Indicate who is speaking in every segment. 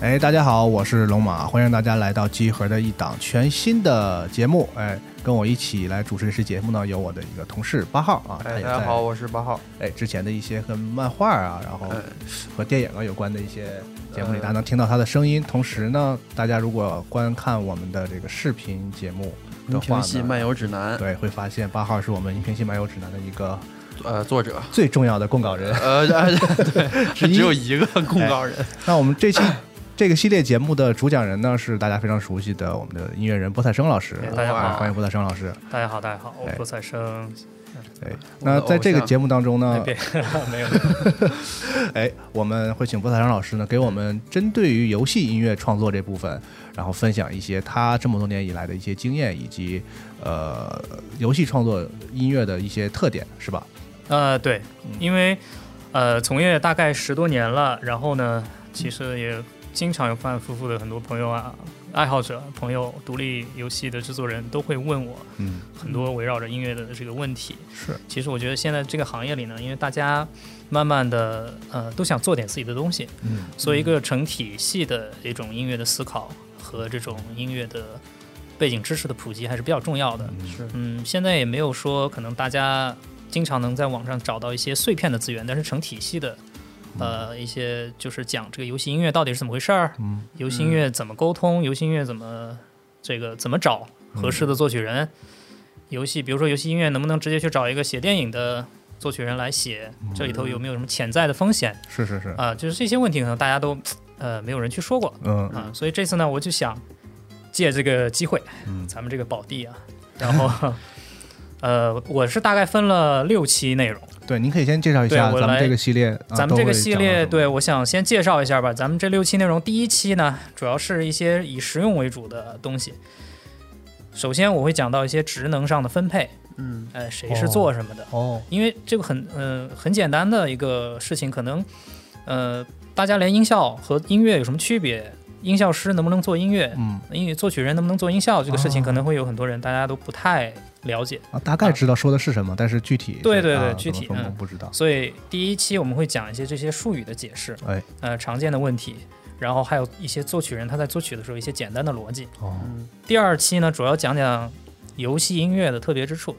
Speaker 1: 哎，大家好，我是龙马，欢迎大家来到集合的一档全新的节目。哎，跟我一起来主持这期节目呢，有我的一个同事八号啊，他
Speaker 2: 哎，
Speaker 1: 也
Speaker 2: 大家
Speaker 1: 在
Speaker 2: 好，我是八号。
Speaker 1: 哎之前的一些和漫画啊，然后
Speaker 2: 哎
Speaker 1: 和电影啊有关的一些节目里，
Speaker 2: 呃
Speaker 1: 大家能听到他的声音。同时呢，大家如果观看我们的这个视频节目的
Speaker 2: 音
Speaker 1: 话
Speaker 2: 频系
Speaker 1: 呢，
Speaker 2: 漫游指南，
Speaker 1: 对，会发现八号是我们《音频系漫游指南》的一个
Speaker 2: 呃，作者，
Speaker 1: 最重要的供稿人。
Speaker 2: 呃，哎对，
Speaker 1: 之一
Speaker 2: 只有一个公告人，
Speaker 1: 那我们这期 这个系列节目的主讲人呢，是大家非常熟悉的我们的音乐人波菜生老师
Speaker 3: 哎。大家
Speaker 1: 哎
Speaker 3: 好
Speaker 1: 欢迎波菜生老师。
Speaker 3: 大家好，大家好，我
Speaker 1: 哎
Speaker 3: 郭采生。
Speaker 1: 对，
Speaker 2: 我的
Speaker 1: 那在这个
Speaker 2: 偶像
Speaker 1: 节目当中
Speaker 3: 那
Speaker 1: 呢，
Speaker 3: 边
Speaker 1: 啊
Speaker 3: 没有，
Speaker 1: 嗯哎，我们会请波采生老师呢，给我们针对于游戏音乐创作这部分，然后分享一些他这么多年以来的一些经验，以及呃游戏创作音乐的一些特点，是吧？
Speaker 3: 呃，对
Speaker 1: 嗯，
Speaker 3: 因为呃从业大概十多年了，然后呢，其实也经常有反反复复的很多朋友啊、爱好者、朋友、独立游戏的制作人都会问我
Speaker 1: 嗯，
Speaker 3: 很多围绕着音乐的这个问题。
Speaker 1: 是，
Speaker 3: 其实我觉得现在这个行业里呢，因为大家慢慢的呃都想做点自己的东西，
Speaker 1: 嗯，
Speaker 3: 所以一个成体系的一种音乐的思考和这种音乐的背景知识的普及还是比较重要的。
Speaker 2: 是
Speaker 3: 嗯，现在也没有说可能大家经常能在网上找到一些碎片的资源，但是成体系的，呃，一些就是讲这个游戏音乐到底是怎么回事儿，
Speaker 1: 嗯
Speaker 3: 游戏音乐怎么沟通，游戏音乐怎么这个怎么找合适的作曲人，游戏比如说游戏音乐能不能直接去找一个写电影的作曲人来写，这里头有没有什么潜在的风险
Speaker 1: 嗯是是是，
Speaker 3: 啊、就是这些问题可能大家都呃没有人去说过，
Speaker 1: 嗯
Speaker 3: 啊，所以这次呢，我就想借这个机会，
Speaker 1: 嗯
Speaker 3: 咱们这个宝地啊，然后呃，我是大概分了六期内容，
Speaker 1: 对，您可以先介绍一
Speaker 3: 对
Speaker 1: 下
Speaker 3: 我
Speaker 1: 咱们
Speaker 3: 来
Speaker 1: 这个系列，啊
Speaker 3: 咱们这个系
Speaker 1: 都会讲
Speaker 3: 列，，
Speaker 1: 到什么
Speaker 3: 对我想先介绍一下吧。咱们这六期内容，第一期呢，主要是一些以实用为主的东西。首先，我会讲到一些职能上的分配，
Speaker 2: 嗯，
Speaker 3: 呃，谁是做什么的，
Speaker 1: 哦，
Speaker 3: 因为这个很呃很简单的一个事情，可能呃大家连音效和音乐有什么区别，音效师能不能做音乐，
Speaker 1: 嗯
Speaker 3: 因为作曲人能不能做音效这个事情，
Speaker 1: 哦
Speaker 3: 可能会有很多人大家都不太了解。
Speaker 1: 啊，大概知道说的是什么，但是具体
Speaker 3: 对
Speaker 1: 是
Speaker 3: 对对
Speaker 1: 啊
Speaker 3: 具体
Speaker 1: 怎么分工
Speaker 3: 嗯
Speaker 1: 不知道。
Speaker 3: 所以第一期我们会讲一些这些术语的解释，
Speaker 1: 哎，
Speaker 3: 呃，常见的问题，然后还有一些作曲人他在作曲的时候一些简单的逻辑。
Speaker 2: 嗯
Speaker 1: 哦，
Speaker 3: 第二期呢，主要讲讲游戏音乐的特别之处，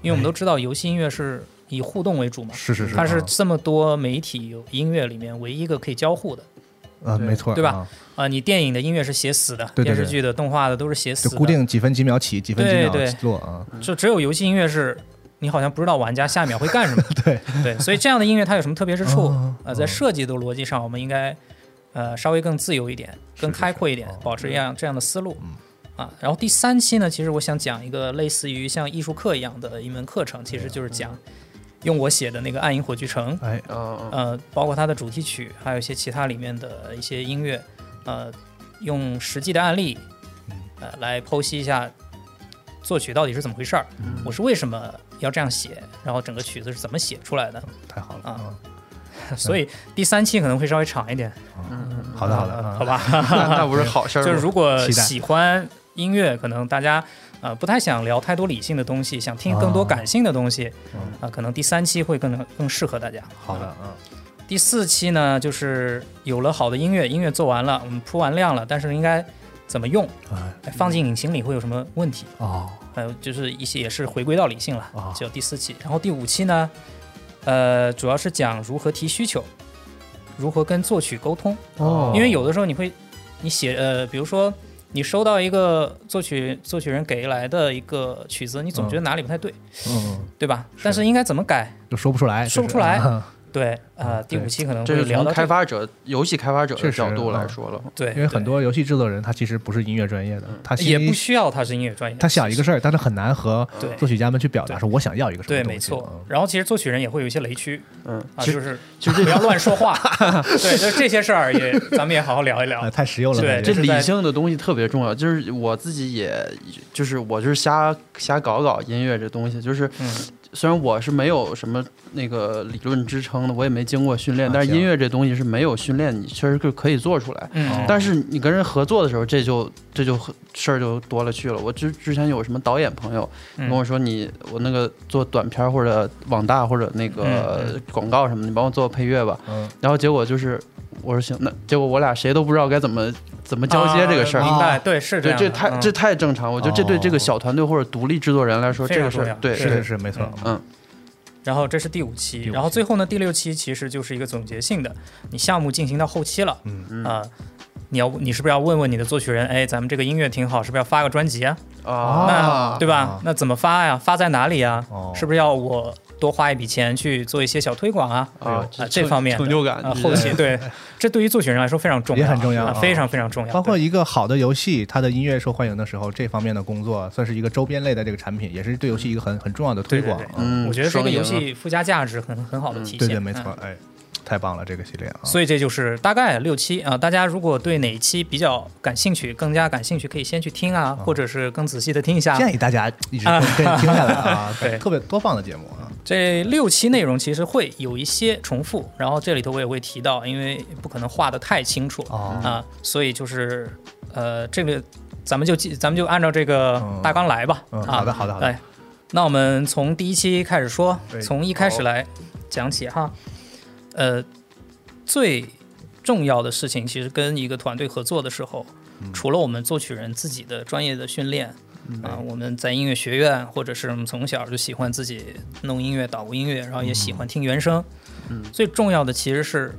Speaker 3: 因为我们都知道游戏音乐是以互动为主嘛，
Speaker 1: 是哎是是，
Speaker 3: 它是
Speaker 1: 啊
Speaker 3: 这么多媒体有音乐里面唯一一个可以交互的。
Speaker 1: 呃，
Speaker 2: 对
Speaker 1: 没错，
Speaker 3: 对吧
Speaker 1: 啊？
Speaker 3: 啊、你电影的音乐是写死的，
Speaker 1: 对对对
Speaker 3: 电视剧的、动画的都是写死
Speaker 1: 就
Speaker 3: 的，
Speaker 1: 固定几分几秒起，几分几
Speaker 3: 对
Speaker 1: 秒
Speaker 3: 对
Speaker 1: 落啊。
Speaker 3: 就只有游戏音乐是，你好像不知道玩家下一秒会干什么。
Speaker 1: 对
Speaker 3: 对，所以这样的音乐它有什么特别之处？
Speaker 1: 哦
Speaker 3: 呃，在设计的逻辑上，我们应该呃稍微更自由一点，更开阔一点，
Speaker 1: 哦
Speaker 3: 保持一样这样的思路。
Speaker 1: 嗯
Speaker 3: 啊，然后第三期呢，其实我想讲一个类似于像艺术课一样的一门课程，其实就是讲用我写的那个《暗影火炬城》，
Speaker 1: 哎，
Speaker 2: 嗯嗯
Speaker 3: 呃，包括它的主题曲，还有一些其他里面的一些音乐，呃，用实际的案例，呃，来剖析一下作曲到底是怎么回事
Speaker 2: 嗯
Speaker 3: 儿，嗯我是为什么要这样写，然后整个曲子是怎么写出来的。
Speaker 1: 太好了
Speaker 3: 啊！所以第三期可能会稍微长一点，
Speaker 2: 嗯，
Speaker 1: 好的好的，
Speaker 3: 呃
Speaker 1: 啊
Speaker 3: 好吧？
Speaker 2: 那那不是好事儿
Speaker 3: 就
Speaker 2: 吗，
Speaker 3: 是如果
Speaker 1: 期待
Speaker 3: 喜欢音乐，可能大家呃不太想聊太多理性的东西，想听更多
Speaker 1: 啊
Speaker 3: 感性的东西，
Speaker 1: 嗯
Speaker 3: 啊、可能第三期会更更适合大家。
Speaker 1: 好的啊，
Speaker 3: 第四期呢，就是有了好的音乐，音乐做完了，我们铺完量了，但是应该怎么用，
Speaker 1: 哎
Speaker 3: 哎放进引擎里会有什么问题？
Speaker 1: 哦，
Speaker 3: 还有就是一些也是回归到理性了
Speaker 1: 啊，
Speaker 3: 就第四期。然后第五期呢，呃，主要是讲如何提需求，如何跟作曲沟通，
Speaker 1: 哦
Speaker 3: 因为有的时候你会，你写呃，比如说你收到一个作曲作曲人给来的一个曲子，你总觉得哪里不太对，
Speaker 1: 嗯，
Speaker 3: 对吧？但是应该怎么改？
Speaker 1: 就说不出来，
Speaker 3: 说
Speaker 1: 就
Speaker 3: 不
Speaker 1: 是
Speaker 3: 出来
Speaker 1: 啊
Speaker 3: 对，呃，
Speaker 1: 嗯
Speaker 3: 第五期可能
Speaker 2: 这
Speaker 3: 会
Speaker 2: 是
Speaker 3: 聊
Speaker 2: 从
Speaker 3: 到
Speaker 2: 开
Speaker 3: 这个，
Speaker 2: 发者、游戏开发者
Speaker 1: 确
Speaker 2: 的
Speaker 1: 实
Speaker 2: 角度
Speaker 1: 啊
Speaker 2: 来说了，
Speaker 3: 对，
Speaker 1: 因为
Speaker 3: 对
Speaker 1: 很多游戏制作人他其实不是音乐专业的，他心
Speaker 3: 也
Speaker 1: 里
Speaker 3: 不需要他是音乐专业，
Speaker 1: 他想一个事
Speaker 3: 事，
Speaker 1: 儿，但是很难和
Speaker 2: 啊
Speaker 3: 对啊
Speaker 1: 作曲家们去表达，说我想要一个什么
Speaker 3: 对，
Speaker 1: 东西
Speaker 3: 没错。然后其实作曲人也会有一些雷区
Speaker 2: 嗯，
Speaker 3: 啊，
Speaker 2: 其
Speaker 3: 就
Speaker 2: 实
Speaker 3: 是
Speaker 2: 其实
Speaker 3: 不
Speaker 2: 这
Speaker 3: 要乱说 话，对，就这些事儿也咱们也好好聊一
Speaker 1: 啊，
Speaker 3: 聊
Speaker 1: 呃。太实用了，
Speaker 3: 对
Speaker 1: 感觉
Speaker 2: 这
Speaker 3: 就是在
Speaker 2: 理性的东西特别重要，就是我自己也，就是我就是瞎瞎搞搞音乐这东西，就是
Speaker 3: 嗯，
Speaker 2: 虽然我是没有什么那个理论支撑的，我也没经过训练，
Speaker 1: 啊
Speaker 2: 但是音
Speaker 1: 行
Speaker 2: 乐这东西是没有训练，你确实是可以做出来。
Speaker 3: 嗯，
Speaker 2: 但是你跟人合作的时候，这就这就很事儿就多了去了。我之之前有什么导演朋友
Speaker 3: 嗯
Speaker 2: 跟我说你，我那个做短片或者网大或者那个
Speaker 3: 嗯
Speaker 2: 广告什么，你帮我做配乐吧。
Speaker 1: 嗯
Speaker 2: 然后结果就是我说行，那结果我俩谁都不知道该怎么怎么交接这个事儿。
Speaker 3: 啊明白？对，是这
Speaker 2: 对，
Speaker 3: 样
Speaker 2: 这
Speaker 3: 的。
Speaker 2: 太
Speaker 3: 嗯哦
Speaker 2: 这太正常，我觉得这对这个小团队或者独立制作人来说，
Speaker 3: 非
Speaker 2: 这个
Speaker 3: 常
Speaker 2: 事
Speaker 3: 重要
Speaker 2: 儿对
Speaker 1: 是
Speaker 3: 对
Speaker 1: 是是，没错，
Speaker 2: 嗯
Speaker 3: 然后这是第五期，
Speaker 1: 第五期
Speaker 3: 然后最后呢，第六期其实就是一个总结性的，你项目进行到后期了，
Speaker 1: 嗯
Speaker 2: 嗯
Speaker 3: 啊、你要你是不是要问问你的作曲人，哎，咱们这个音乐挺好，是不是要发个专辑啊？
Speaker 1: 啊
Speaker 3: 那对吧？
Speaker 1: 啊
Speaker 3: 那怎么发呀？发在哪里呀？
Speaker 1: 哦
Speaker 3: 是不是要我多花一笔钱去做一些小推广啊？
Speaker 2: 啊
Speaker 3: 啊这方面
Speaker 2: 成就感
Speaker 3: 啊、后期对，这对于作曲人来说非常重要，
Speaker 1: 也很重要
Speaker 3: 啊
Speaker 1: 啊
Speaker 3: 非常非常重要。
Speaker 1: 包括
Speaker 3: 对
Speaker 1: 一个好的游戏，它的音乐受欢迎的时候，这方面的工作算是一个周边类的这个产品，也是对游戏一个很很重要的推
Speaker 3: 对
Speaker 1: 广
Speaker 3: 嗯对。对
Speaker 2: 嗯，
Speaker 3: 我觉得这个
Speaker 2: 双赢
Speaker 3: 游
Speaker 2: 啊
Speaker 3: 戏附加价值很很好的体现。
Speaker 1: 对对，没错
Speaker 3: 嗯，
Speaker 1: 哎，太棒了，这个系列啊，
Speaker 3: 所以这就是大概六期啊、大家如果对哪一期比较感兴趣，更加感兴趣，可以先去听啊，或者是更仔细的听一下。
Speaker 1: 建议大家一直
Speaker 3: 啊，
Speaker 1: 跟跟听下来啊
Speaker 3: 对
Speaker 1: 特别多棒的节目啊，
Speaker 3: 这六期内容其实会有一些重复，然后这里头我也会提到，因为不可能画的太清楚啊、
Speaker 1: 哦，
Speaker 3: 所以就是呃，这个咱们就记，咱们就按照这个
Speaker 1: 嗯
Speaker 3: 大纲来吧。
Speaker 1: 嗯，
Speaker 3: 啊，
Speaker 1: 好的，好的，好的，
Speaker 3: 哎，那我们从第一期开始说
Speaker 1: 对，
Speaker 3: 从一开始来讲起哈。呃，最重要的事情，其实跟一个团队合作的时候，
Speaker 1: 嗯
Speaker 3: 除了我们作曲人自己的专业的训练啊、我们在音乐学院，或者是我们从小就喜欢自己弄音乐、捣鼓音乐，然后也喜欢听原声。
Speaker 2: 嗯
Speaker 3: 最重要的其实是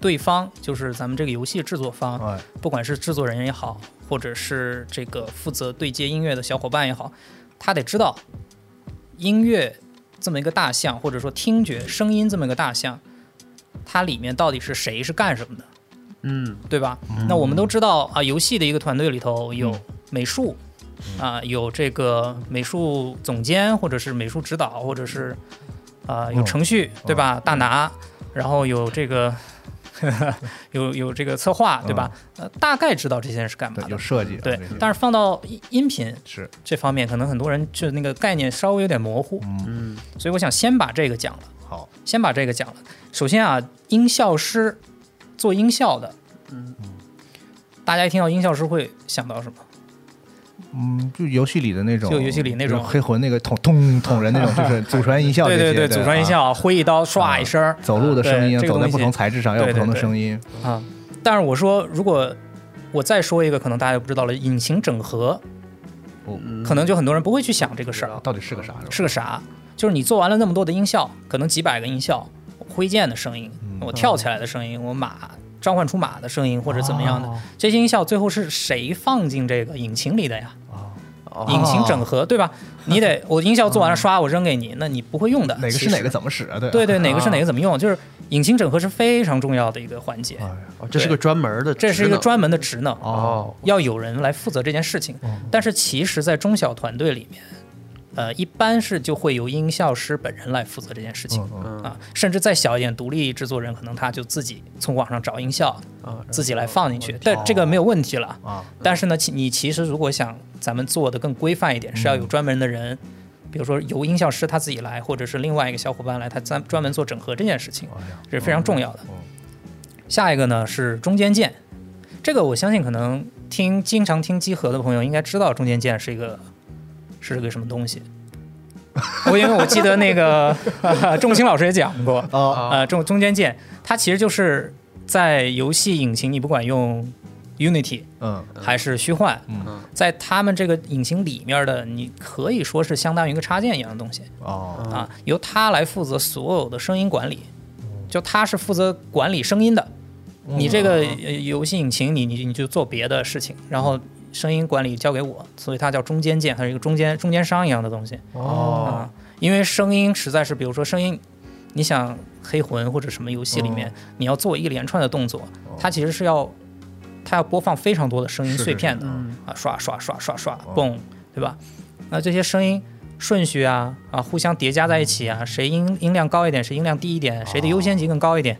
Speaker 3: 对方，就是咱们这个游戏制作方，
Speaker 1: 哎，
Speaker 3: 不管是制作人也好，或者是这个负责对接音乐的小伙伴也好，他得知道音乐这么一个大项，或者说听觉声音这么一个大项，它里面到底是谁是干什么的，
Speaker 2: 嗯
Speaker 3: 对吧？那我们都知道啊，游戏的一个团队里头
Speaker 1: 嗯
Speaker 3: 有美术。啊，有这个美术总监，或者是美术指导，或者是啊、有
Speaker 1: 嗯
Speaker 3: 程序，对吧？大拿，然后有这个， 有有这个策划，对吧？呃，大概知道这些人是干嘛
Speaker 1: 嗯对，
Speaker 3: 的
Speaker 1: 有。设计啊，
Speaker 3: 对
Speaker 1: 这些，
Speaker 3: 但是放到音音频
Speaker 1: 是，
Speaker 3: 这方面，可能很多人就那个概念稍微有点模糊，
Speaker 1: 嗯，
Speaker 2: 嗯
Speaker 3: 所以我想先把这个讲了，
Speaker 1: 好，
Speaker 3: 先把这个讲了。首先啊，音效师做音效的，
Speaker 2: 嗯，
Speaker 3: 大家一听到音效师会想到什么？
Speaker 1: 嗯，就游戏里的那种，
Speaker 3: 就游戏里那种
Speaker 1: 就是黑魂那个捅 捅捅人那种，就是祖传音效这
Speaker 3: 对
Speaker 1: 些，
Speaker 3: 对对，
Speaker 1: 对，
Speaker 3: 祖传音
Speaker 1: 啊，
Speaker 3: 效，挥一刀唰一声儿
Speaker 1: 走路的声音啊，
Speaker 3: 对这个
Speaker 1: 走在
Speaker 3: 东西
Speaker 1: 不同材质上要有
Speaker 3: 对
Speaker 1: 不同的
Speaker 3: 对对
Speaker 1: 声音，
Speaker 3: 啊。但是我说，如果我再说一个，可能大家就不知道了，引擎整合，
Speaker 2: 嗯
Speaker 3: 可能就很多人不会去想这个事儿。
Speaker 1: 到底是个啥？是吧
Speaker 3: 是个啥？就是你做完了那么多的音效，可能几百个音效，挥剑的声音，
Speaker 1: 嗯
Speaker 3: 我跳起来的声音，我马召唤出马的声音，或者怎么样的，
Speaker 1: 哦
Speaker 3: 这些音效最后是谁放进这个引擎里的呀？
Speaker 2: 哦
Speaker 3: 引擎整合对吧？你得我音效做完了刷，我扔给你，那你不会用的。
Speaker 1: 嗯哪个
Speaker 3: 其
Speaker 1: 是
Speaker 3: 实
Speaker 1: 哪个？怎么使啊？对
Speaker 3: 对对，哪个是
Speaker 2: 啊
Speaker 3: 哪个怎么用？就是引擎整合是非常重要的一个环节，
Speaker 1: 哎呀
Speaker 2: 哦这是个专门的职能，
Speaker 3: 这是一个专门的职
Speaker 1: 啊
Speaker 3: 能，
Speaker 2: 哦
Speaker 3: 要有人来负责这件事情。
Speaker 1: 嗯
Speaker 3: 但是其实，在中小团队里面，呃，一般是就会由音效师本人来负责这件事情。
Speaker 1: 嗯嗯，
Speaker 2: 嗯
Speaker 3: 啊，甚至再小一点，独立制作人可能他就自己从网上找音效，
Speaker 1: 嗯
Speaker 2: 啊
Speaker 3: 自己来放进去，但
Speaker 1: 哦
Speaker 3: 这个没有问题了。
Speaker 1: 啊，
Speaker 3: 但是呢，其你其实如果想咱们做的更规范一点，是要
Speaker 1: 嗯
Speaker 3: 有专门的人，比如说由音效师他自己来，或者是另外一个小伙伴来，他专专门做整合这件事情，
Speaker 1: 哎呀，
Speaker 3: 这是非常重要的
Speaker 1: 嗯嗯。
Speaker 3: 下一个呢是中间件，这个我相信可能听经常听集合的朋友应该知道中间件是一个是个什 么东西。我因为我记得那个 仲卿老师也讲过，
Speaker 1: 哦，
Speaker 2: 啊
Speaker 3: 呃，中中间件，它其实就是在游戏引擎，你不管用 Unity
Speaker 1: 嗯，
Speaker 3: 还是虚幻，
Speaker 1: 嗯
Speaker 3: 在他们这个引擎里面的，你可以说是相当于一个插件一样的东西
Speaker 2: 嗯
Speaker 1: 哦，
Speaker 3: 啊，由它来负责所有的声音管理，就它是负责管理声音的。
Speaker 1: 嗯
Speaker 3: 你这个呃游戏引擎你，你你就做别的事情，然后声音管理交给我，所以它叫中间件，它是一个中间中间商一样的东西。
Speaker 2: 哦
Speaker 3: 啊，因为声音实在是，比如说声音，你想黑魂或者什么游戏里
Speaker 1: 哦
Speaker 3: 面，你要做一连串的动作，它其实是要它要播放非常多的声音
Speaker 1: 是
Speaker 3: 碎片的
Speaker 1: 是是
Speaker 2: 嗯
Speaker 3: 啊，刷刷刷刷刷
Speaker 1: 哦，
Speaker 3: 蹦，对吧？那这些声音顺序啊啊，互相叠加在一起
Speaker 1: 嗯
Speaker 3: 啊，谁音音量高一点，谁音量低一
Speaker 1: 哦
Speaker 3: 点，谁的优先级更高一点，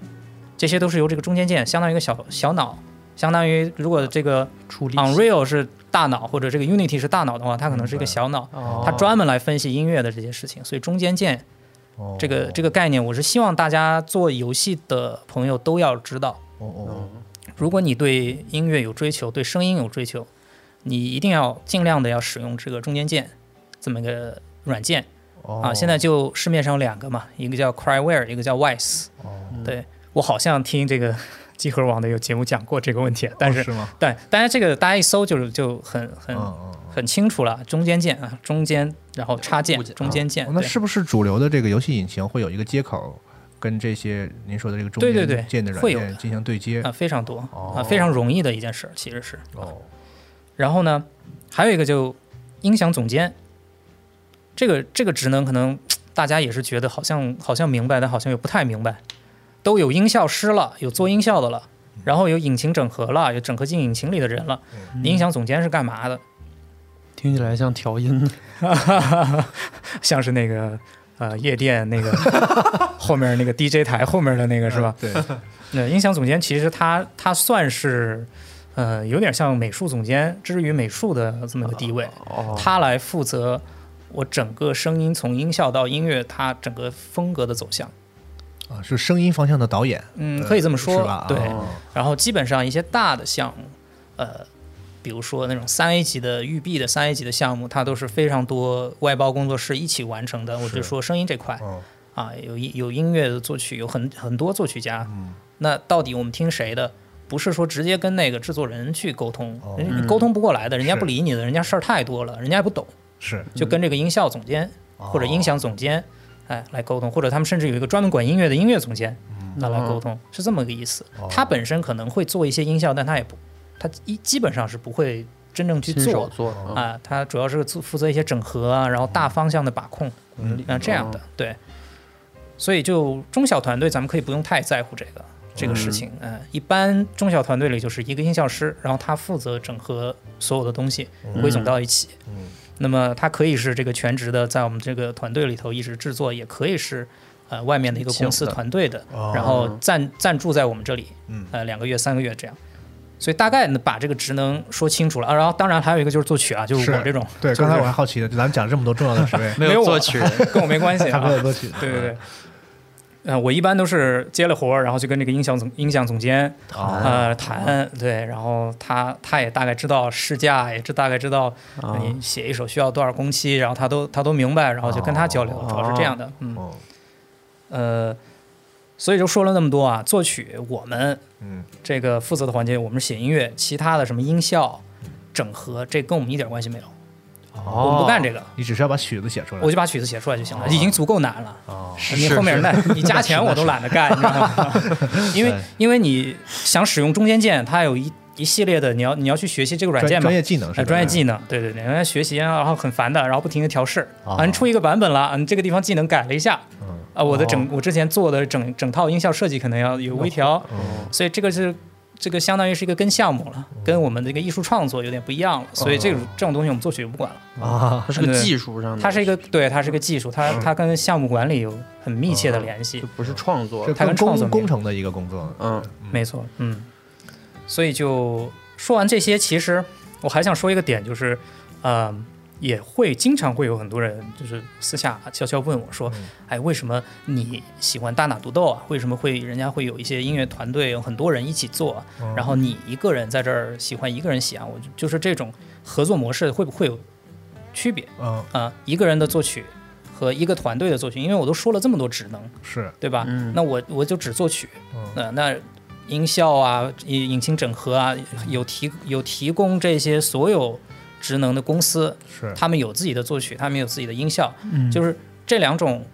Speaker 3: 这些都是由这个中间件，相当于一个小小脑，相当于如果这个
Speaker 2: 处理
Speaker 3: Unreal 是大脑或者这个 Unity 是大脑的话，它可能是
Speaker 1: 明
Speaker 3: 一
Speaker 1: 白
Speaker 3: 个小脑。
Speaker 2: 哦
Speaker 3: 它专门来分析音乐的这些事情，所以中间件
Speaker 1: 哦
Speaker 3: 这个这个概念，我是希望大家做游戏的朋友都要知道。
Speaker 1: 哦哦
Speaker 3: 如果你对音乐有追求，对声音有追求，你一定要尽量的要使用这个中间件这么一个软件
Speaker 1: 哦
Speaker 3: 啊。现在就市面上有两个嘛，一个叫 Cryware，一个叫 Wise。
Speaker 1: 哦
Speaker 3: 对我好像听这个集合网的有节目讲过这个问题，但是、
Speaker 1: 哦是吗？
Speaker 3: 但大家这个大家一搜就是就很很、
Speaker 1: 嗯嗯。
Speaker 3: 很清楚了，中间键啊，中间然后插件
Speaker 2: 物件，
Speaker 3: 中间键，
Speaker 1: 哦那
Speaker 3: 对
Speaker 1: 是不是主流的这个游戏引擎会有一个接口，跟这些您说的这个中
Speaker 3: 对对对
Speaker 1: 间键的软
Speaker 3: 会有
Speaker 1: 件
Speaker 3: 的
Speaker 1: 进行对接？
Speaker 3: 啊非常多
Speaker 1: 哦
Speaker 3: 啊非常容易的一件事，其实是。
Speaker 1: 哦，
Speaker 3: 然后呢，还有一个就音响总监，这个这个职能可能大家也是觉得好像好像明白，但好像又不太明白。都有音效师了，有做音效的了，然后有引擎整合了，有整合进引擎里的人了。你音响总监是干嘛的？
Speaker 2: 听起来像调音，
Speaker 3: 像是那个呃夜店那个 后面那个 DJ 台后面的那个是吧？
Speaker 1: 对，
Speaker 3: 那音响总监其实他他算是，呃，有点像美术总监之于美术的这么个地位，
Speaker 2: 哦，
Speaker 3: 他来负责我整个声音从音效到音乐，它整个风格的走向，
Speaker 1: 啊，是声音方向的导演，
Speaker 3: 嗯，
Speaker 1: 呃
Speaker 3: 可以这么说，
Speaker 1: 是吧？
Speaker 3: 对。
Speaker 1: 哦
Speaker 3: 然后基本上一些大的项目，呃，比如说那种三 A 级的育碧的三 A 级的项目，它都是非常多外包工作室一起完成的。我
Speaker 1: 是
Speaker 3: 就说声音这块，
Speaker 1: 哦
Speaker 3: 啊，有音有音乐的作曲，有很很多作曲家。
Speaker 1: 嗯
Speaker 3: 那到底我们听谁的？不是说直接跟那个制作人去沟通，
Speaker 1: 哦
Speaker 3: 人你沟通不过来的，人家
Speaker 1: 是嗯
Speaker 3: 不理你的，人家事儿太多了，人家也不懂，
Speaker 1: 是哦
Speaker 3: 就跟这个音效总监或者音响总监，哎来沟通，或者他们甚至有一个专门管音乐的音乐总监，他来沟通，是这么个意思
Speaker 1: 哦。
Speaker 3: 他本身可能会做一些音效，但他也不，他一基本上是不会真正去
Speaker 2: 亲手
Speaker 3: 做
Speaker 2: 做的嗯
Speaker 3: 的，啊，他主要是做负责一些整合啊，然后大方向的把控。
Speaker 1: 嗯
Speaker 3: 那这样的，对。所以就中小团队，咱们可以不用太在乎这个这个事情。嗯、一般中小团队里就是一个音效师，然后他负责整合所有的东西汇总到一起。
Speaker 1: 嗯
Speaker 3: 那么他可以是这个全职的，在我们这个团队里头一直制作，也可以是呃外面的一个公司
Speaker 2: 请的，
Speaker 3: 团队的，
Speaker 1: 哦
Speaker 3: 然后暂暂住在我们这里，
Speaker 1: 嗯
Speaker 3: 呃两个月三个月这样。所以大概呢把这个职能说清楚了，啊然后当然还有一个就是作曲啊，就是是我这种
Speaker 1: 对，
Speaker 3: 就是
Speaker 1: 刚才我还好奇的，咱们讲这么多重要 的职位
Speaker 2: 没
Speaker 3: 没有
Speaker 2: 有
Speaker 3: 我
Speaker 2: 作曲人，
Speaker 3: 跟我没 关系、啊，
Speaker 1: 他没有歌曲，
Speaker 3: 对对对。呃，我一般都是接了活儿，然后就跟这个音响总音响总监
Speaker 1: 啊，
Speaker 3: 呃谈，对，然后他他也大概知道试驾，也知大概知道
Speaker 2: 啊
Speaker 3: 你写一首需要多少工期，然后他都他都明白，然后就跟他交流，
Speaker 2: 哦
Speaker 3: 主要是这样的，嗯
Speaker 1: 哦
Speaker 3: 呃，所以就说了那么多啊，作曲我们
Speaker 1: 嗯
Speaker 3: 这个负责的环节，我们是写音乐，其他的什么音效、整合，这跟我们一点关系没有，
Speaker 2: 哦
Speaker 3: 我们不干这个，
Speaker 1: 你只是要把曲子写出来，
Speaker 3: 我就把曲子写出来就行了，已经足够难了。
Speaker 1: 哦
Speaker 2: 是
Speaker 3: 你后面那，你加钱我都懒得干，你知道吗？因为
Speaker 1: 对
Speaker 3: 因为你想使用中间件，它有一一系列的，你要你要去学习这个软
Speaker 1: 专
Speaker 3: 件嘛
Speaker 1: 专，业技能是嗯
Speaker 3: 呃，
Speaker 1: 吧
Speaker 3: 专业技能，对对对，人家学习，然后很烦的，然后不停的调试，
Speaker 1: 哦
Speaker 3: 啊，你出一个版本了，啊你这个地方技能改了一下，
Speaker 1: 嗯
Speaker 3: 啊，我的整我之前做的整整套音效设计可能要有微调，
Speaker 1: 哦嗯
Speaker 3: 所以这个是。这个相当于是一个跟项目了，跟我们这个艺术创作有点不一样了，所以这种这种东西我们作曲就不管了。
Speaker 1: 啊
Speaker 2: 它是个
Speaker 3: 对
Speaker 2: 技术
Speaker 1: 嗯
Speaker 2: 上的，
Speaker 3: 嗯它是一个对，它是个技术，它它跟项目管理有很密切
Speaker 1: 嗯
Speaker 3: 的联系
Speaker 2: 就。不是创作
Speaker 1: 这，
Speaker 3: 他
Speaker 1: 跟
Speaker 3: 跟创作
Speaker 1: 工工
Speaker 3: 没
Speaker 1: 程的一个工作，
Speaker 2: 嗯，
Speaker 3: 没错，嗯，所以就说完这些，其实我还想说一个点，就是，呃，也会经常会有很多人就是私下悄悄问我说，
Speaker 2: 嗯
Speaker 3: 哎，为什么你喜欢大打独斗啊？为什么会人家会有一些音乐团队有很多人一起做啊，
Speaker 2: 嗯
Speaker 3: 然后你一个人在这儿喜欢一个人写啊？我就就是这种合作模式会不会有区别
Speaker 1: 嗯
Speaker 3: 啊、一个人的作曲和一个团队的作曲，因为我都说了这么多职能，
Speaker 1: 是
Speaker 3: 对吧？
Speaker 2: 嗯
Speaker 3: 啊那我我就只作曲，
Speaker 1: 嗯
Speaker 3: 那呃那音效啊、引引擎整合啊，有提有提供这些所有职能的公司，
Speaker 1: 是
Speaker 3: 他们有自己的作曲，他们有自己的音效，
Speaker 1: 嗯
Speaker 3: 就是这两种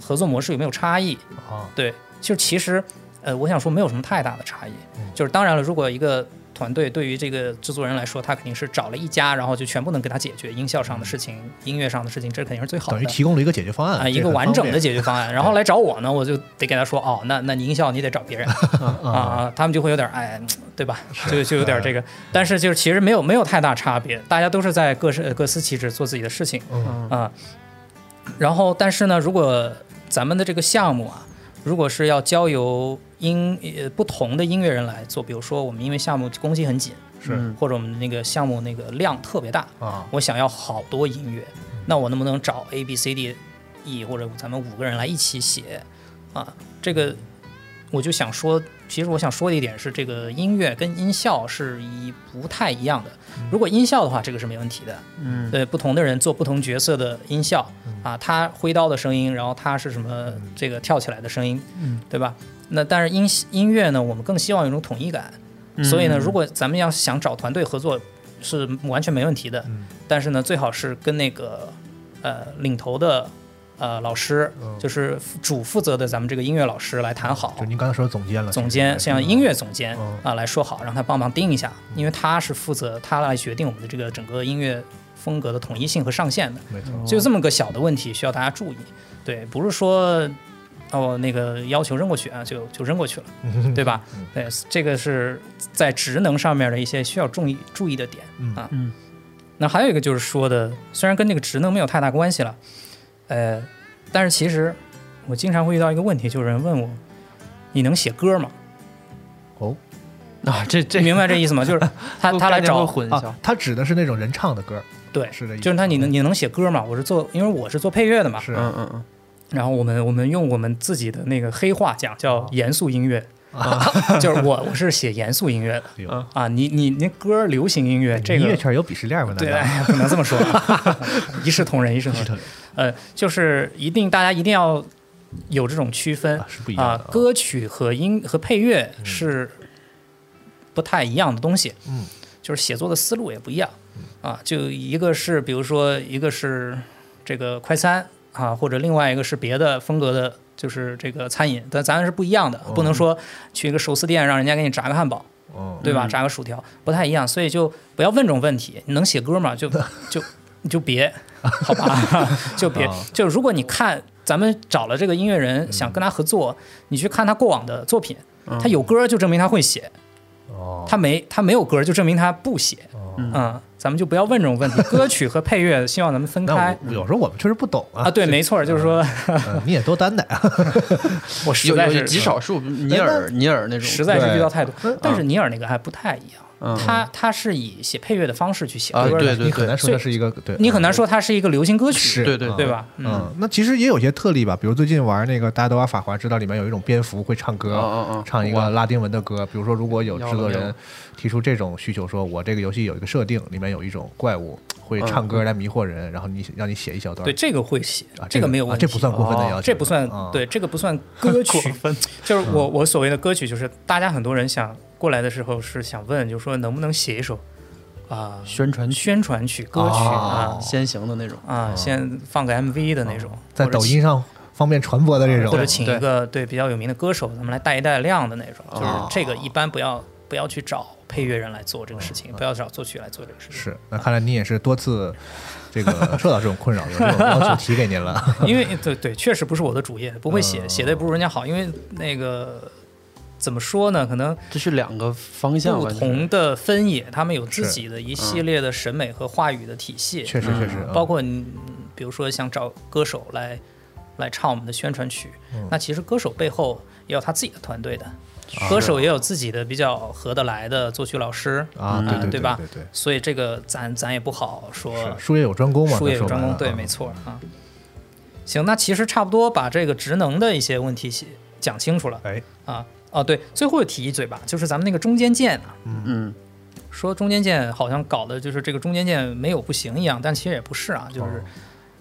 Speaker 3: 合作模式有没有差异？
Speaker 1: 啊
Speaker 3: 对，就其实呃，我想说没有什么太大的差异，就是当然了，如果一个团队对于这个制作人来说，他肯定是找了一家，然后就全部能给他解决音效上的事情、音乐上的事情，这肯定是最好的。
Speaker 1: 等于提供了一个解决方
Speaker 3: 啊、
Speaker 1: 案，
Speaker 3: 一个
Speaker 1: 这很
Speaker 3: 完整
Speaker 1: 方
Speaker 3: 的
Speaker 1: 便
Speaker 3: 解决方案。然后来找我呢，我就得给他说，哦，那那你音效你得找 别人啊啊，他们就会有点哎，对吧？就就有点这个，但是就是其实没有没有太大差别，大家都是在各是各司其职做自己的事情
Speaker 1: 嗯
Speaker 3: 啊。然后，但是呢，如果咱们的这个项目啊，如果是要交由音呃不同的音乐人来做，比如说我们因为项目工期很紧，
Speaker 1: 是
Speaker 2: 嗯
Speaker 3: 或者我嗯们那个项目那个量特别大，
Speaker 1: 啊
Speaker 3: 我想要好多音乐，那我能不能找 A B C D E 或者咱们五个人来一起写啊？这个我就想说，其实我想说的一点是，这个音乐跟音效是一不太一样的。如果音效的话，这个是没问题的。
Speaker 2: 嗯，
Speaker 3: 对，不同的人做不同角色的音效啊，他挥刀的声音，然后他是什么这个跳起来的声音，
Speaker 2: 嗯
Speaker 3: 对吧？那但是音音乐呢，我们更希望有一种统一感。所
Speaker 4: 嗯
Speaker 2: 嗯
Speaker 3: 以呢，如果咱们要想找团队合作，是完全没问题的。
Speaker 4: 嗯
Speaker 3: 但是呢，最好是跟那个呃领头的呃老师，就是主负责的咱们这个音乐老师来谈好。
Speaker 4: 嗯就您刚才说总监了，
Speaker 3: 总监，像音乐总监
Speaker 4: 嗯
Speaker 3: 啊来说好，让他帮忙盯一下，因为他是负责他来决定我们的这个整个音乐风格的统一性和上限的。
Speaker 4: 没错，
Speaker 2: 哦嗯
Speaker 3: 就这么个小的问题需要大家注意。对，不是说哦那个要求扔过去啊，就就扔过去了，对吧？对，这个是在职能上面的一些需要注意注意的点
Speaker 4: 嗯
Speaker 3: 啊。
Speaker 2: 嗯
Speaker 3: 那还有一个就是说的，虽然跟这个职能没有太大关系了，呃，但是其实我经常会遇到一个问题，就是有人问我，你能写歌吗？
Speaker 2: 啊，这这
Speaker 3: 明白这意思吗？就是 他他来找
Speaker 2: 混淆
Speaker 4: 啊，，他指的是那种人唱的歌，
Speaker 3: 对，
Speaker 4: 是的，
Speaker 3: 就是他你能你能写歌吗？我是做，因为我是做配乐的嘛，
Speaker 4: 啊是啊
Speaker 2: 嗯嗯嗯，
Speaker 3: 然后我们我们用我们自己的那个黑话讲叫严肃音乐，嗯就是我我是写严肃音乐的
Speaker 1: 有
Speaker 2: 啊
Speaker 3: 啊，你你那歌儿流行音乐这
Speaker 4: 音乐
Speaker 3: 个
Speaker 4: 圈有鄙视链吗？难道
Speaker 3: 对，哎呀不能这么说啊， 一视同仁一视同
Speaker 4: 是
Speaker 3: 仁，
Speaker 4: 的
Speaker 3: 呃，就是一定大家一定要有这种区分
Speaker 1: 啊是不一样
Speaker 3: 啊
Speaker 1: 的啊，，嗯
Speaker 3: 歌曲和音和配乐是不太一样的东西，
Speaker 4: 嗯，
Speaker 3: 就是写作的思路也不一样
Speaker 1: 嗯
Speaker 3: 啊，就一个是比如说一个是这个快餐啊，或者另外一个是别的风格的，就是这个餐饮，但咱是不一样的，
Speaker 1: 哦
Speaker 3: 不能说去一个寿司店让人家给你炸个汉堡，
Speaker 4: 哦，
Speaker 3: 对吧？
Speaker 2: 嗯
Speaker 3: 炸个薯条不太一样，所以就不要问这种问题。你能写歌吗？就就你就别，好吧， 就别。
Speaker 4: 啊
Speaker 3: 就如果你看咱们找了这个音乐人，想跟他合
Speaker 4: 嗯
Speaker 3: 作，你去看他过往的作品，
Speaker 2: 嗯
Speaker 3: 他有歌就证明他会写，
Speaker 4: 哦，
Speaker 3: 他没他没有歌就证明他不写。
Speaker 4: 哦
Speaker 2: 嗯
Speaker 3: 嗯，咱们就不要问这种 问题。歌曲和配乐，希望咱们分
Speaker 4: 那
Speaker 3: 开
Speaker 4: 我有时候我们确实不懂啊
Speaker 3: 啊。，对，没错，就是说
Speaker 4: 嗯你也多担待啊。
Speaker 3: 我实
Speaker 2: 有
Speaker 3: 在
Speaker 2: 有
Speaker 3: 是嗯
Speaker 2: 极少数尼尔尼尔那种，
Speaker 3: 实在是遇到
Speaker 4: 对
Speaker 3: 太多
Speaker 4: 嗯，
Speaker 3: 但是尼尔那个还不太一样，
Speaker 2: 嗯
Speaker 3: 他他是以写配乐的方式去写
Speaker 2: 啊
Speaker 3: 歌
Speaker 2: 对
Speaker 3: 的，
Speaker 4: 你很难说
Speaker 3: 所以
Speaker 4: 它是一个对，啊
Speaker 3: 你很难说它是一个流行歌曲
Speaker 4: 是，
Speaker 2: 对对
Speaker 4: 嗯
Speaker 3: 对？吧？
Speaker 4: 嗯，那其实也有些特例吧，比如最近玩那个大家都玩法环，知道里面有一种蝙蝠会唱
Speaker 2: 嗯
Speaker 3: 哦
Speaker 4: 歌，
Speaker 2: 嗯嗯，
Speaker 4: 唱一个拉丁文的歌。比如说，如果有
Speaker 2: 要了
Speaker 4: 制作
Speaker 2: 要
Speaker 4: 人
Speaker 2: 了
Speaker 4: 提出这种需求，说我这个游戏有一个设定，里面有一种怪物会
Speaker 2: 嗯
Speaker 4: 唱歌来迷惑人，然后你让你写一小段，
Speaker 3: 对，这个会写
Speaker 4: 啊，，
Speaker 3: 这个没有
Speaker 4: 啊
Speaker 3: 问题，
Speaker 4: 这不算过分的
Speaker 2: 哦
Speaker 4: 要求，
Speaker 3: 这不算
Speaker 4: 啊，嗯
Speaker 3: 对，这个不算 歌曲， 就是我我所谓的歌曲，就是大家很多人想过来的时候是想问，就说能不能写一首啊
Speaker 2: 宣传曲
Speaker 3: 宣传曲、歌曲
Speaker 4: 哦
Speaker 3: 啊
Speaker 2: 先行的那种，
Speaker 3: 啊，先放个 MV 的那种，
Speaker 4: 在
Speaker 3: 或者
Speaker 4: 抖
Speaker 3: 请
Speaker 4: 音上方便传播的这种，
Speaker 3: 或者请
Speaker 2: 对
Speaker 3: 一个对比较有名的歌手，咱们来带一带量的那种，就是
Speaker 2: 哦
Speaker 3: 这个一般不要不要去找配乐人来做这个事
Speaker 4: 嗯
Speaker 3: 情，不要找作曲来做这个事情。
Speaker 4: 是，那看来您也是多次这个受到这种困扰，有这种要求提给您了。
Speaker 3: 因为对对，确实不是我的主业，不会写，
Speaker 4: 嗯
Speaker 3: 写的也不如人家好。因为那个怎么说呢？可能
Speaker 2: 这是两个方向
Speaker 3: 不
Speaker 2: 吧，
Speaker 3: 同的分野，他们有自己的一系列的审美和话语的体系，
Speaker 4: 确实，确实，
Speaker 3: 包
Speaker 4: 嗯
Speaker 3: 括你，比如说想找歌手来来唱我们的宣传曲，
Speaker 4: 嗯
Speaker 3: 那其实歌手背后也有他自己的团队的，
Speaker 4: 啊
Speaker 3: 歌手也有自己的比较合得来的作曲老师，
Speaker 4: 啊，对
Speaker 3: 嗯
Speaker 4: 对
Speaker 3: 对吧
Speaker 4: 对对，
Speaker 3: 所以这个咱咱也不好说
Speaker 4: 是术业有专攻嘛，
Speaker 3: 术业
Speaker 4: 那
Speaker 3: 有
Speaker 4: 说
Speaker 3: 专
Speaker 4: 白
Speaker 3: 攻，
Speaker 4: 了
Speaker 3: 对，
Speaker 4: 啊
Speaker 3: 没错啊。行，那其实差不多把这个职能的一些问题写讲清楚了
Speaker 4: 哎，
Speaker 3: 啊。哦，对，最后提一嘴吧，就是咱们那个中间件啊，
Speaker 2: 嗯
Speaker 3: 说中间件好像搞的就是这个中间件没有不行一样，但其实也不是啊，就是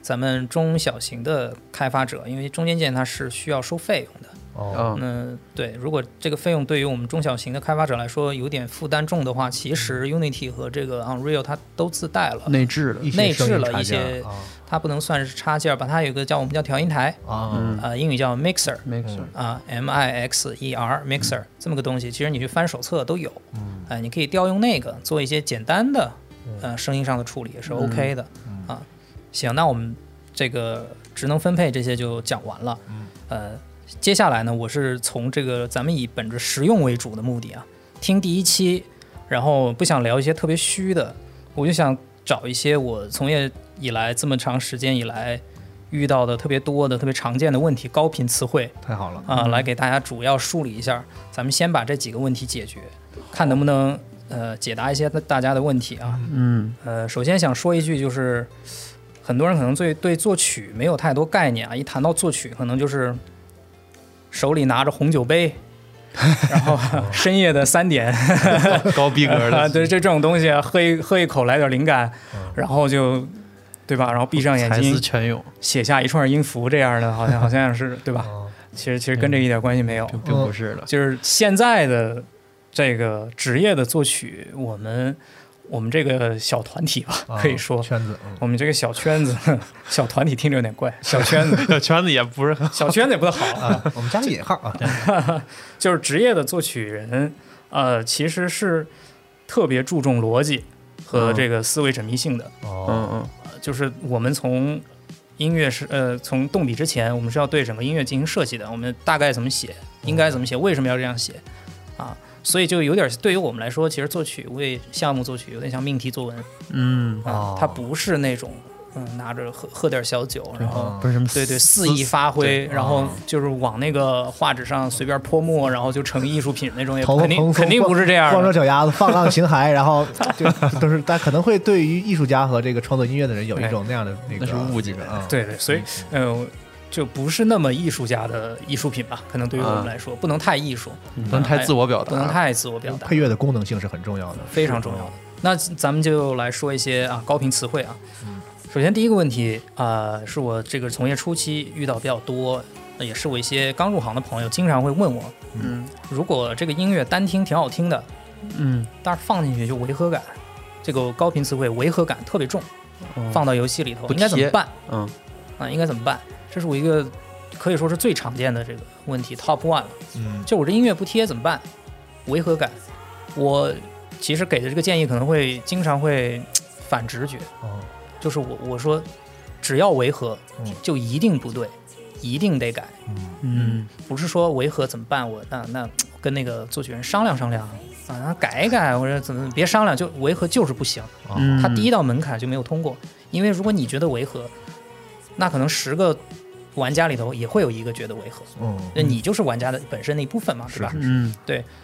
Speaker 3: 咱们中小型的开发者，因为中间件它是需要收费用的。
Speaker 4: 哦，
Speaker 2: 嗯
Speaker 3: 嗯，对，如果这个费用对于我们中小型的开发者来说有点负担重的话，其实 Unity 和这个 Unreal 它都自带了，
Speaker 2: 内置的
Speaker 4: 一些
Speaker 3: 内
Speaker 4: 声
Speaker 3: 置
Speaker 4: 音
Speaker 3: 了
Speaker 4: 插
Speaker 3: 一
Speaker 4: 件
Speaker 3: 些
Speaker 4: 啊
Speaker 3: 它不能算是插件儿吧，它有一个叫我们叫调音台，
Speaker 4: 啊，
Speaker 2: 嗯
Speaker 3: 呃，英语叫 mixer
Speaker 2: ，make sure
Speaker 3: 啊、m I X E R mixer 这么个东西，其实你去翻手册都有，呃，你可以调用那个做一些简单的呃声音上的处理也是 OK 的、啊。行，那我们这个职能分配这些就讲完了，呃，接下来呢，我是从这个咱们以本着实用为主的目的啊，听第一期，然后不想聊一些特别虚的，我就想找一些我从业以来这么长时间以来遇到的特别多的、特别常见的问题，高频词汇
Speaker 4: 太好了，
Speaker 3: 啊、
Speaker 2: 嗯
Speaker 3: 来给大家主要梳理一下。咱们先把这几个问题解决，看能不能呃解答一些大家的问题啊。
Speaker 2: 嗯
Speaker 3: 呃，首先想说一句，就是很多人可能对对作曲 没有太多概念啊，一谈到作曲，可能就是手里拿着红酒杯，然后深夜的三点
Speaker 2: 高逼哦格的，
Speaker 3: 啊，
Speaker 2: 嗯
Speaker 3: 对这这种东西，喝一喝一口来点灵感，然后就对吧？然后闭上眼
Speaker 2: 才
Speaker 3: 睛
Speaker 2: 思泉涌，
Speaker 3: 写下一串音符这样的，好像好像是对吧？
Speaker 4: 啊，
Speaker 2: 嗯
Speaker 3: 其实其实跟这一点关系没有，
Speaker 2: 并并不是的。
Speaker 3: 就是现在的这个职业的作曲，我们我们这个小团体吧，可以说。
Speaker 4: 啊圈子，嗯
Speaker 3: 我们这个小圈子、 小团体听着有点怪，小 圈子、
Speaker 2: 小圈子也不是很
Speaker 3: 小圈子也不太好，
Speaker 4: 啊，我们加个引号啊，
Speaker 3: 就是职业的作曲人，呃，其实是特别注重逻辑和这个思维缜密性的。
Speaker 4: 哦，
Speaker 2: 嗯
Speaker 3: 就是我们从音乐是呃，从动笔之前，我们是要对整个音乐进行设计的，我们大概怎么写，应该怎么写，为什么要这样写啊？所以就有点对于我们来说，其实作曲为项目作曲有点像命题作文
Speaker 2: 嗯
Speaker 3: 啊
Speaker 4: 哦，
Speaker 3: 它不是那种嗯拿着喝喝点小酒，然后
Speaker 2: 嗯，不是什么
Speaker 3: 哦对对，
Speaker 2: 思
Speaker 3: 肆意发挥，
Speaker 4: 哦对哦
Speaker 3: 然后就是往那个画纸上随便泼墨，然后就成艺术品那种，也
Speaker 4: 头发
Speaker 3: 肯定
Speaker 4: 蓬松
Speaker 3: 肯定不是这样
Speaker 4: 光着
Speaker 3: 的。
Speaker 4: 脚丫子放浪形骸，然后就都是，但可能会对于艺术家和这个创作音乐的人有一种那样的哎那
Speaker 2: 那
Speaker 4: 个
Speaker 2: 是误解
Speaker 4: 啊，
Speaker 3: 对对，所以呃，就不是那么艺术家的艺术品吧？可能对于我们来说，不能太艺术，
Speaker 2: 不能太自我表达，
Speaker 3: 不能太自我
Speaker 1: 嗯
Speaker 3: 表达
Speaker 4: 配，乐的功能性是很重要的，
Speaker 3: 非常重要的。那咱们就来说一些啊高频词汇啊。首先第一个问题啊、呃是我这个从业初期遇到比较多，呃也是我一些刚入行的朋友经常会问我，
Speaker 2: 嗯
Speaker 3: 如果这个音乐单听挺好听的，
Speaker 2: 嗯，
Speaker 3: 但是放进去就违和感，这个高频词汇违和感特别重，
Speaker 2: 嗯
Speaker 3: 放到游戏里头
Speaker 2: 不
Speaker 3: 应该怎么
Speaker 2: 贴
Speaker 3: 办
Speaker 2: 嗯
Speaker 3: 啊？应该怎么办？这是我一个可以说是最常见的这个问题，top one 了。
Speaker 4: 嗯，
Speaker 3: 就我这音乐不贴怎么办？违和感，我其实给的这个建议可能会经常会反直觉，
Speaker 4: 哦
Speaker 3: 就是我我说只要违和
Speaker 4: 嗯
Speaker 3: 就一定不对，一定得改。
Speaker 2: 嗯
Speaker 3: 不是说违和怎么办，我那那跟那个作曲人商量商量啊，啊改一改，或者怎么别商量，就违和就是不行。
Speaker 4: 哦
Speaker 2: 嗯，
Speaker 3: 它第一道门槛就没有通过，因为如果你觉得违和，那可能十个玩家里头也会有一个觉得违和，
Speaker 4: 嗯，
Speaker 3: 那你就是玩家的本身的一部分嘛，对吧？
Speaker 2: 嗯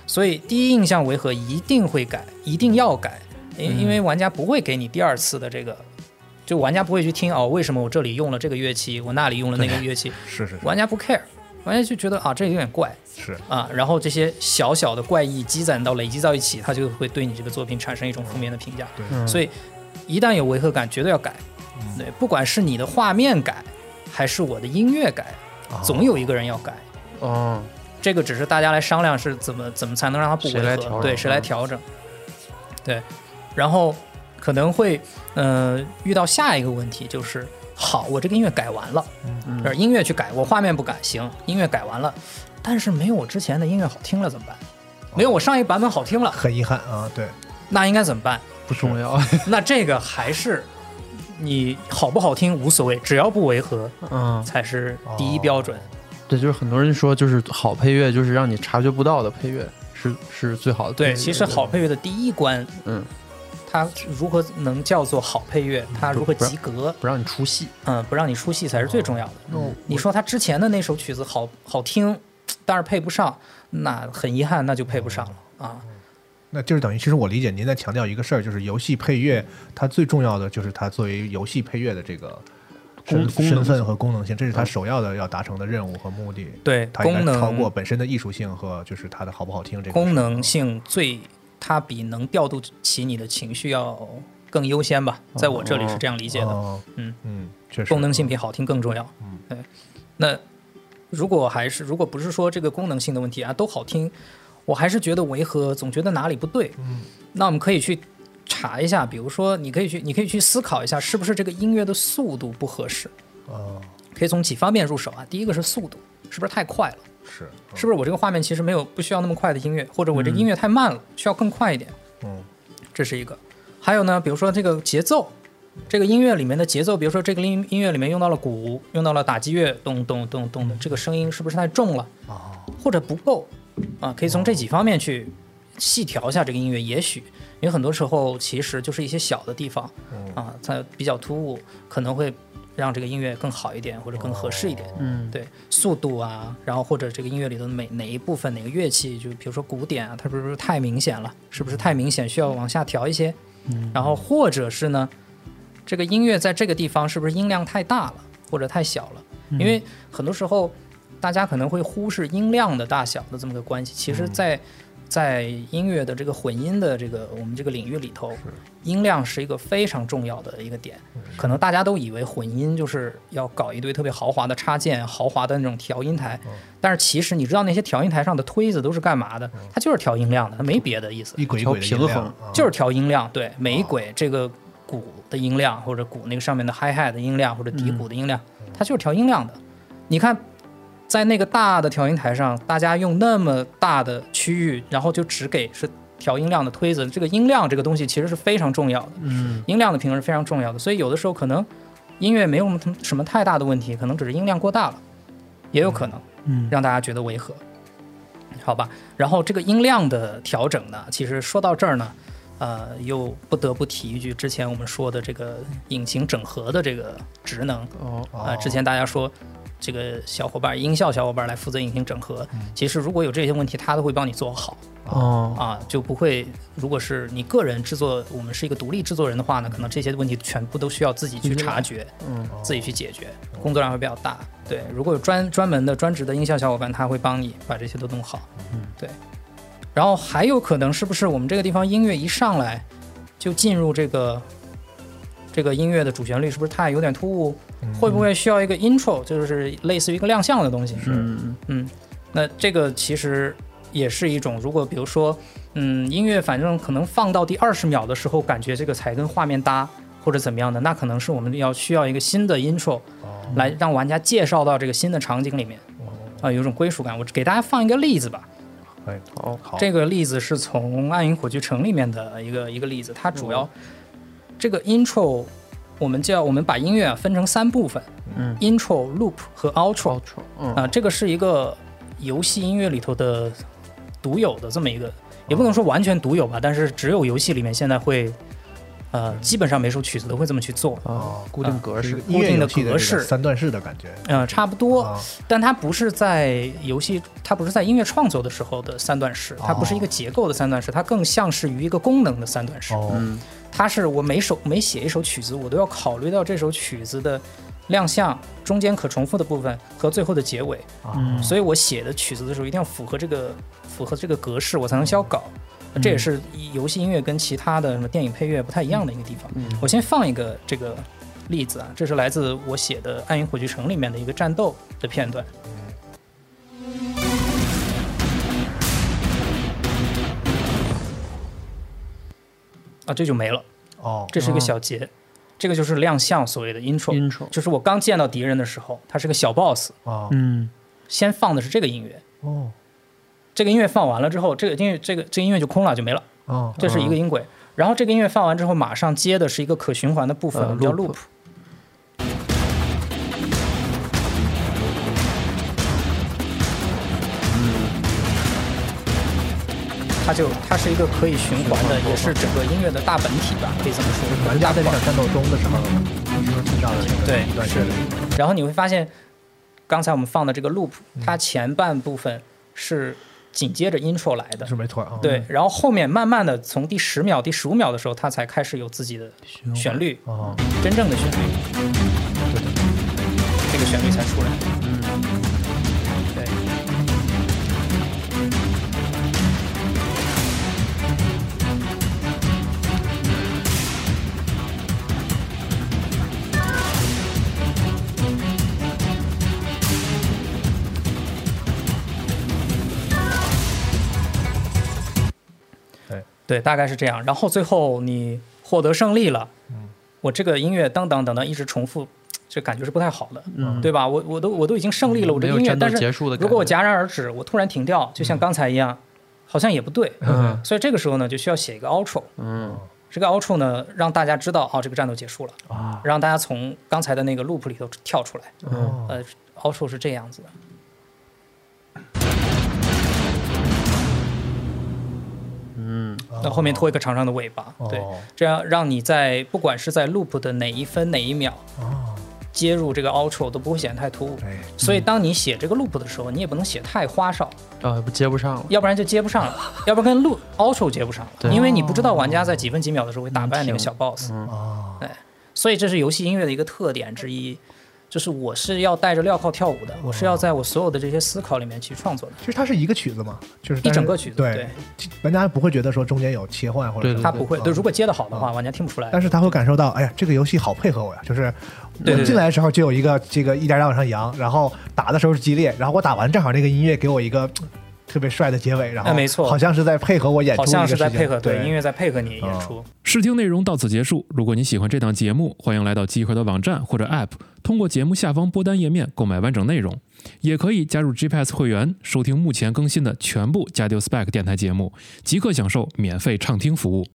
Speaker 3: 所以第一印象违和一定会改，一定要改，因因为玩家不会给你第二次的这个。就玩家不会去听哦，为什么我这里用了这个乐器，我那里用了那个乐器，
Speaker 4: 是是
Speaker 3: 玩家不 care，玩家就觉得啊这有点怪，
Speaker 4: 是，
Speaker 3: 啊，然后这些小小的怪异积攒到累积到一起，它就会对你这个作品产生一种负面的评价。
Speaker 2: 嗯
Speaker 3: 所以一旦有违和感，绝对要改。对，不管是你的画面改，还是我的音乐改，
Speaker 1: 哦
Speaker 3: 总有一个人要改。
Speaker 2: 哦，
Speaker 3: 这个只是大家来商量是怎么怎么才能让它不
Speaker 2: 谁来
Speaker 3: 违
Speaker 2: 调
Speaker 3: 和，
Speaker 2: 整嗯
Speaker 3: 对，谁来调整？对，然后可能会呃遇到下一个问题就是，好，我这个音乐改完了，
Speaker 2: 嗯
Speaker 3: 呃音乐去改，我画面不改行，音乐改完了，但是没有我之前的音乐好听了怎么办？
Speaker 2: 哦
Speaker 3: 没有我上一版本好听了，
Speaker 4: 很遗憾啊，对，
Speaker 3: 那应该怎 么办？
Speaker 2: 不重要，
Speaker 3: 那这个还是你好不好听无所谓，只要不违和
Speaker 2: 嗯，
Speaker 3: 才是第一标准。
Speaker 2: 对，就是很多人说，就是好配乐，就是让你察觉不到的配乐，是是最好的配乐。
Speaker 4: 嗯
Speaker 3: 对，其实好配乐的第一关，
Speaker 2: 嗯，
Speaker 3: 它如何能叫做好配乐？
Speaker 4: 嗯
Speaker 3: 它如何及格？
Speaker 2: 不让你出戏，
Speaker 3: 嗯，不让你出戏才是最重要的。
Speaker 4: 那哦我
Speaker 3: 你说他之前的那首曲子好好听，但是配不上，那很遗憾，那就配不上了
Speaker 4: 哦
Speaker 3: 啊。
Speaker 4: 那就是等于，其实我理解您在强调一个事儿，就是游戏配乐，它最重要的就是它作为游戏配乐的这个身
Speaker 2: 功功能嗯
Speaker 4: 身份和功能性，这是它首要的要达成的任务和目的。
Speaker 3: 对，
Speaker 4: 它应
Speaker 3: 功
Speaker 4: 该超过
Speaker 3: 能
Speaker 4: 本身的艺术性和就是它的好不好听这个事
Speaker 3: 功
Speaker 4: 儿啊
Speaker 3: 能性最，它比能调度起你的情绪要更优先吧，在我这里是这样理解的。
Speaker 4: 哦
Speaker 3: 嗯
Speaker 4: 嗯，确实
Speaker 3: 功能性比好听更重要。
Speaker 4: 嗯，
Speaker 3: 对。那如果还是如果不是说这个功能性的问题啊，都好听，我还是觉得违和，总觉得哪里不对。
Speaker 4: 嗯，
Speaker 3: 那我们可以去查一下，比如说你可以去你可以去思考一下，是不是这个音乐的速度不合适？
Speaker 4: 哦
Speaker 3: 可以从几方面入手啊。第一个是速度，是不是太快了？
Speaker 4: 是嗯
Speaker 3: 是不是我这个画面其实没有不需要那么快的音乐，或者我这音乐太慢了，需要更快一点？
Speaker 4: 嗯
Speaker 3: 这是一个。还有呢，比如说这个节奏，这个音乐里面的节奏，比如说这个音音乐里面用到了鼓，用到了打击乐，咚咚咚咚的，这个声音是不是太重了，
Speaker 4: 哦
Speaker 3: 或者不够啊？可以从这几方面去细调一下这个音乐，也许因为很多时候其实就是一些小的地方
Speaker 4: 嗯
Speaker 3: 啊，它比较突兀，可能会让这个音乐更好一点，或者更合适一点。
Speaker 4: 哦
Speaker 2: 嗯，
Speaker 3: 对速度啊，然后或者这个音乐里头每哪一部分哪个乐器，就比如说鼓点啊，它是不是太明显了？是不是太明显，需要往下调一些？然后或者是呢，这个音乐在这个地方是不是音量太大了，或者太小了？因为很多时候大家可能会忽视音量的大小的这么个关系。其实在，在音乐的这个混音的这个我们这个领域里头，音量是一个非常重要的一个点。可能大家都以为混音就是要搞一堆特别豪华的插件、豪华的那种调音台，但是其实你知道那些调音台上的推子都是干嘛的？它就是调音量的，它没别的意思。
Speaker 1: 嗯
Speaker 4: 一轨一轨的
Speaker 2: 调
Speaker 4: 音
Speaker 2: 平
Speaker 4: 量
Speaker 2: 衡
Speaker 4: 啊
Speaker 3: 就是调音量，对每一轨这个鼓的音量，或者鼓那个上面的 hi hat 的音量，或者底鼓的音量，它就是调音量的。你看，在那个大的调音台上，大家用那么大的区域，然后就只给是调音量的推子，这个音量这个东西其实是非常重要的，
Speaker 2: 嗯，
Speaker 3: 音量的平衡是非常重要的。所以有的时候可能音乐没有什么什么太大的问题，可能只是音量过大了，也有可能。
Speaker 2: 嗯
Speaker 3: 让大家觉得违和，好吧？然后这个音量的调整呢，其实说到这儿呢，呃，又不得不提一句之前我们说的这个引擎整合的这个职能
Speaker 2: 哦，
Speaker 3: 啊、呃之前大家说。这个小伙伴，音效小伙伴来负责引擎整合。
Speaker 2: 嗯
Speaker 3: 其实如果有这些问题，他都会帮你做好
Speaker 2: 哦，
Speaker 3: 啊，就不会。如果是你个人制作，我们是一个独立制作人的话呢，可能这些问题全部都需要自己去察觉。
Speaker 2: 嗯，
Speaker 4: 哦
Speaker 3: 自己去解决，工作量会比较大。对，如果有专专门的专职的音效小伙伴，他会帮你把这些都弄好。
Speaker 2: 嗯，
Speaker 3: 对。然后还有可能是不是我们这个地方音乐一上来就进入这个这个音乐的主旋律，是不是太有点突兀？
Speaker 4: 嗯
Speaker 3: 会不会需要一个 intro，就是类似于一个亮相的东西？
Speaker 2: 嗯
Speaker 3: 嗯，那这个其实也是一种，如果比如说，嗯，音乐反正可能放到第二十秒的时候，感觉这个才跟画面搭或者怎么样的，那可能是我们要需要一个新的 intro
Speaker 4: 哦
Speaker 3: 来让玩家介绍到这个新的场景里面，啊、有一种归属感。我给大家放一个例子吧，
Speaker 2: 好，
Speaker 4: 好
Speaker 3: 这个例子是从《暗影火炬城》里面的一个一个例子，它主要、这个 intro。我们叫我们把音乐啊分成三部分，
Speaker 2: 嗯
Speaker 3: ，intro、loop 和 outro。
Speaker 2: 错，嗯
Speaker 3: 啊、这个是一个游戏音乐里头的独有的这么一个，也不能说完全独有吧，但是只有游戏里面现在会，呃，基本上每首曲子都会这么去做。
Speaker 2: 啊，固定格
Speaker 4: 哦是一
Speaker 2: 式
Speaker 4: 个，音乐游戏
Speaker 3: 固定的格
Speaker 4: 的这
Speaker 3: 式
Speaker 4: 个三段式的感觉
Speaker 3: 嗯、差不多，
Speaker 4: 啊，
Speaker 3: 但它不是在游戏，它不是在音乐创作的时候的三段式，它不是一个结构的三段式，它更像是于一个功能的三段式。
Speaker 4: 哦，
Speaker 2: 嗯
Speaker 3: 它是我每首每写一首曲子，我都要考虑到这首曲子的亮相、中间可重复的部分和最后的结尾。
Speaker 4: 啊
Speaker 2: 嗯
Speaker 3: 所以我写的曲子的时候一定要符合这个符合这个格式，我才能消稿。这也是一游戏音乐跟其他的什么电影配乐不太一样的一个地方。
Speaker 2: 嗯
Speaker 3: 我先放一个这个例子啊，这是来自我写的《暗影火炬城》里面的一个战斗的片段。啊，这就没了，
Speaker 4: 哦，
Speaker 3: 这是一个
Speaker 2: 哦嗯
Speaker 3: 小节，这个就是亮相所谓的 intro，
Speaker 2: ，intro，
Speaker 3: 就是我刚见到敌人的时候，他是个小 boss，
Speaker 4: 哦，
Speaker 2: 嗯
Speaker 3: 先放的是这个音乐，
Speaker 4: 哦，
Speaker 3: 这个音乐放完了之后，这个音乐这个这个音乐就空了，就没了，
Speaker 4: 哦，
Speaker 3: 这是一个音轨。然后这个音乐放完之后，马上接的是一个可循环的部分，
Speaker 2: 呃
Speaker 3: 我们叫
Speaker 2: loop
Speaker 3: 嗯 loop。它就它是一个可以循环的，也是整个音乐的大本体吧，可以这么
Speaker 1: 嗯
Speaker 3: 说。
Speaker 4: 玩家在这场战斗中的时候，就是听到的那个
Speaker 3: 对
Speaker 4: 一段旋律，
Speaker 3: 然后你会发现，刚才我们放的这个 loop，它前半部分是紧接着 intro 来的，
Speaker 4: 是没错啊。
Speaker 1: 嗯
Speaker 3: 对，然后后面慢慢的从第十秒、第十五秒的时候，它才开始有自己的旋律，
Speaker 4: 哦，
Speaker 3: 真正的旋律，这个旋律才出来。对，对，大概是这样。然后最后你获得胜利了，
Speaker 2: 嗯
Speaker 3: 我这个音乐当当当当一直重复，这感觉是不太好的，
Speaker 2: 嗯，
Speaker 3: 对吧？我我都我都已经胜利了，我这
Speaker 2: 没有
Speaker 3: 个音乐，
Speaker 2: 战斗
Speaker 3: 但是
Speaker 2: 结束的感觉，
Speaker 3: 如果我戛然而止，我突然停掉，就像刚才一样，好像也不对。
Speaker 2: 嗯
Speaker 3: 所以这个时候呢，就需要写一个 outro。
Speaker 2: 嗯
Speaker 3: 这个 outro 呢，让大家知道哦，这个战斗结束了，
Speaker 2: 啊
Speaker 3: 让大家从刚才的那个 loop 里头跳出来。
Speaker 2: 嗯
Speaker 1: 哦
Speaker 3: 呃，outro 是这样子的。
Speaker 2: 嗯
Speaker 3: 那后面拖一个长长的尾巴，对，
Speaker 4: 哦
Speaker 3: 这样让你在不管是在 loop 的哪一分哪一秒
Speaker 4: 哦，
Speaker 3: 接入这个 outro 都不会显得太突兀。
Speaker 4: 哎，
Speaker 3: 所以当你写这个 loop 的时候，你也不能写太花哨，
Speaker 2: 啊，不接不上了，
Speaker 3: 要不然就接不上了，
Speaker 1: 嗯
Speaker 3: 要不然跟 loop outro 接不上了，
Speaker 2: 对
Speaker 3: 因为你不知道玩家在几分几
Speaker 1: 嗯
Speaker 3: 秒的时候会打败那个小 boss，
Speaker 2: 嗯
Speaker 4: 哦，
Speaker 3: 所以这是游戏音乐的一个特点之一。就是我是要带着镣铐跳舞
Speaker 1: 嗯
Speaker 3: 的，我是要在我所有的这些思考里面去创作的，
Speaker 1: 其实它是一个曲子嘛，就是
Speaker 3: 一
Speaker 1: 但是
Speaker 3: 整个曲子。
Speaker 1: 嗯对，玩家不会觉得说中间有切换或者
Speaker 2: 对
Speaker 1: 什么
Speaker 3: 他不会。
Speaker 1: 嗯
Speaker 3: 对，如果接的好的话，玩家听不出来。
Speaker 1: 但是他会感受到，哎呀，这个游戏好配合我呀！就是
Speaker 2: 对
Speaker 1: 我
Speaker 2: 对
Speaker 1: 进来的时候就有一个这个一点点往上扬，然后打的时候是激烈，然后我打完正好那个音乐给我一个嘖特别帅的结尾，然后
Speaker 3: 哎没错
Speaker 1: 好像是在配合我演出
Speaker 3: 好
Speaker 1: 一个事情，
Speaker 3: 像是在配合
Speaker 1: 对嗯
Speaker 3: 音乐在配合你演出。
Speaker 5: 试听内容到此结束。如果你喜欢这档节目，欢迎来到集合的网站或者 App，通过节目下方播单页面购买完整内容，也可以加入 GPS 会员，收听目前更新的全部加丢 Spec 电台节目，即刻享受免费畅听服务。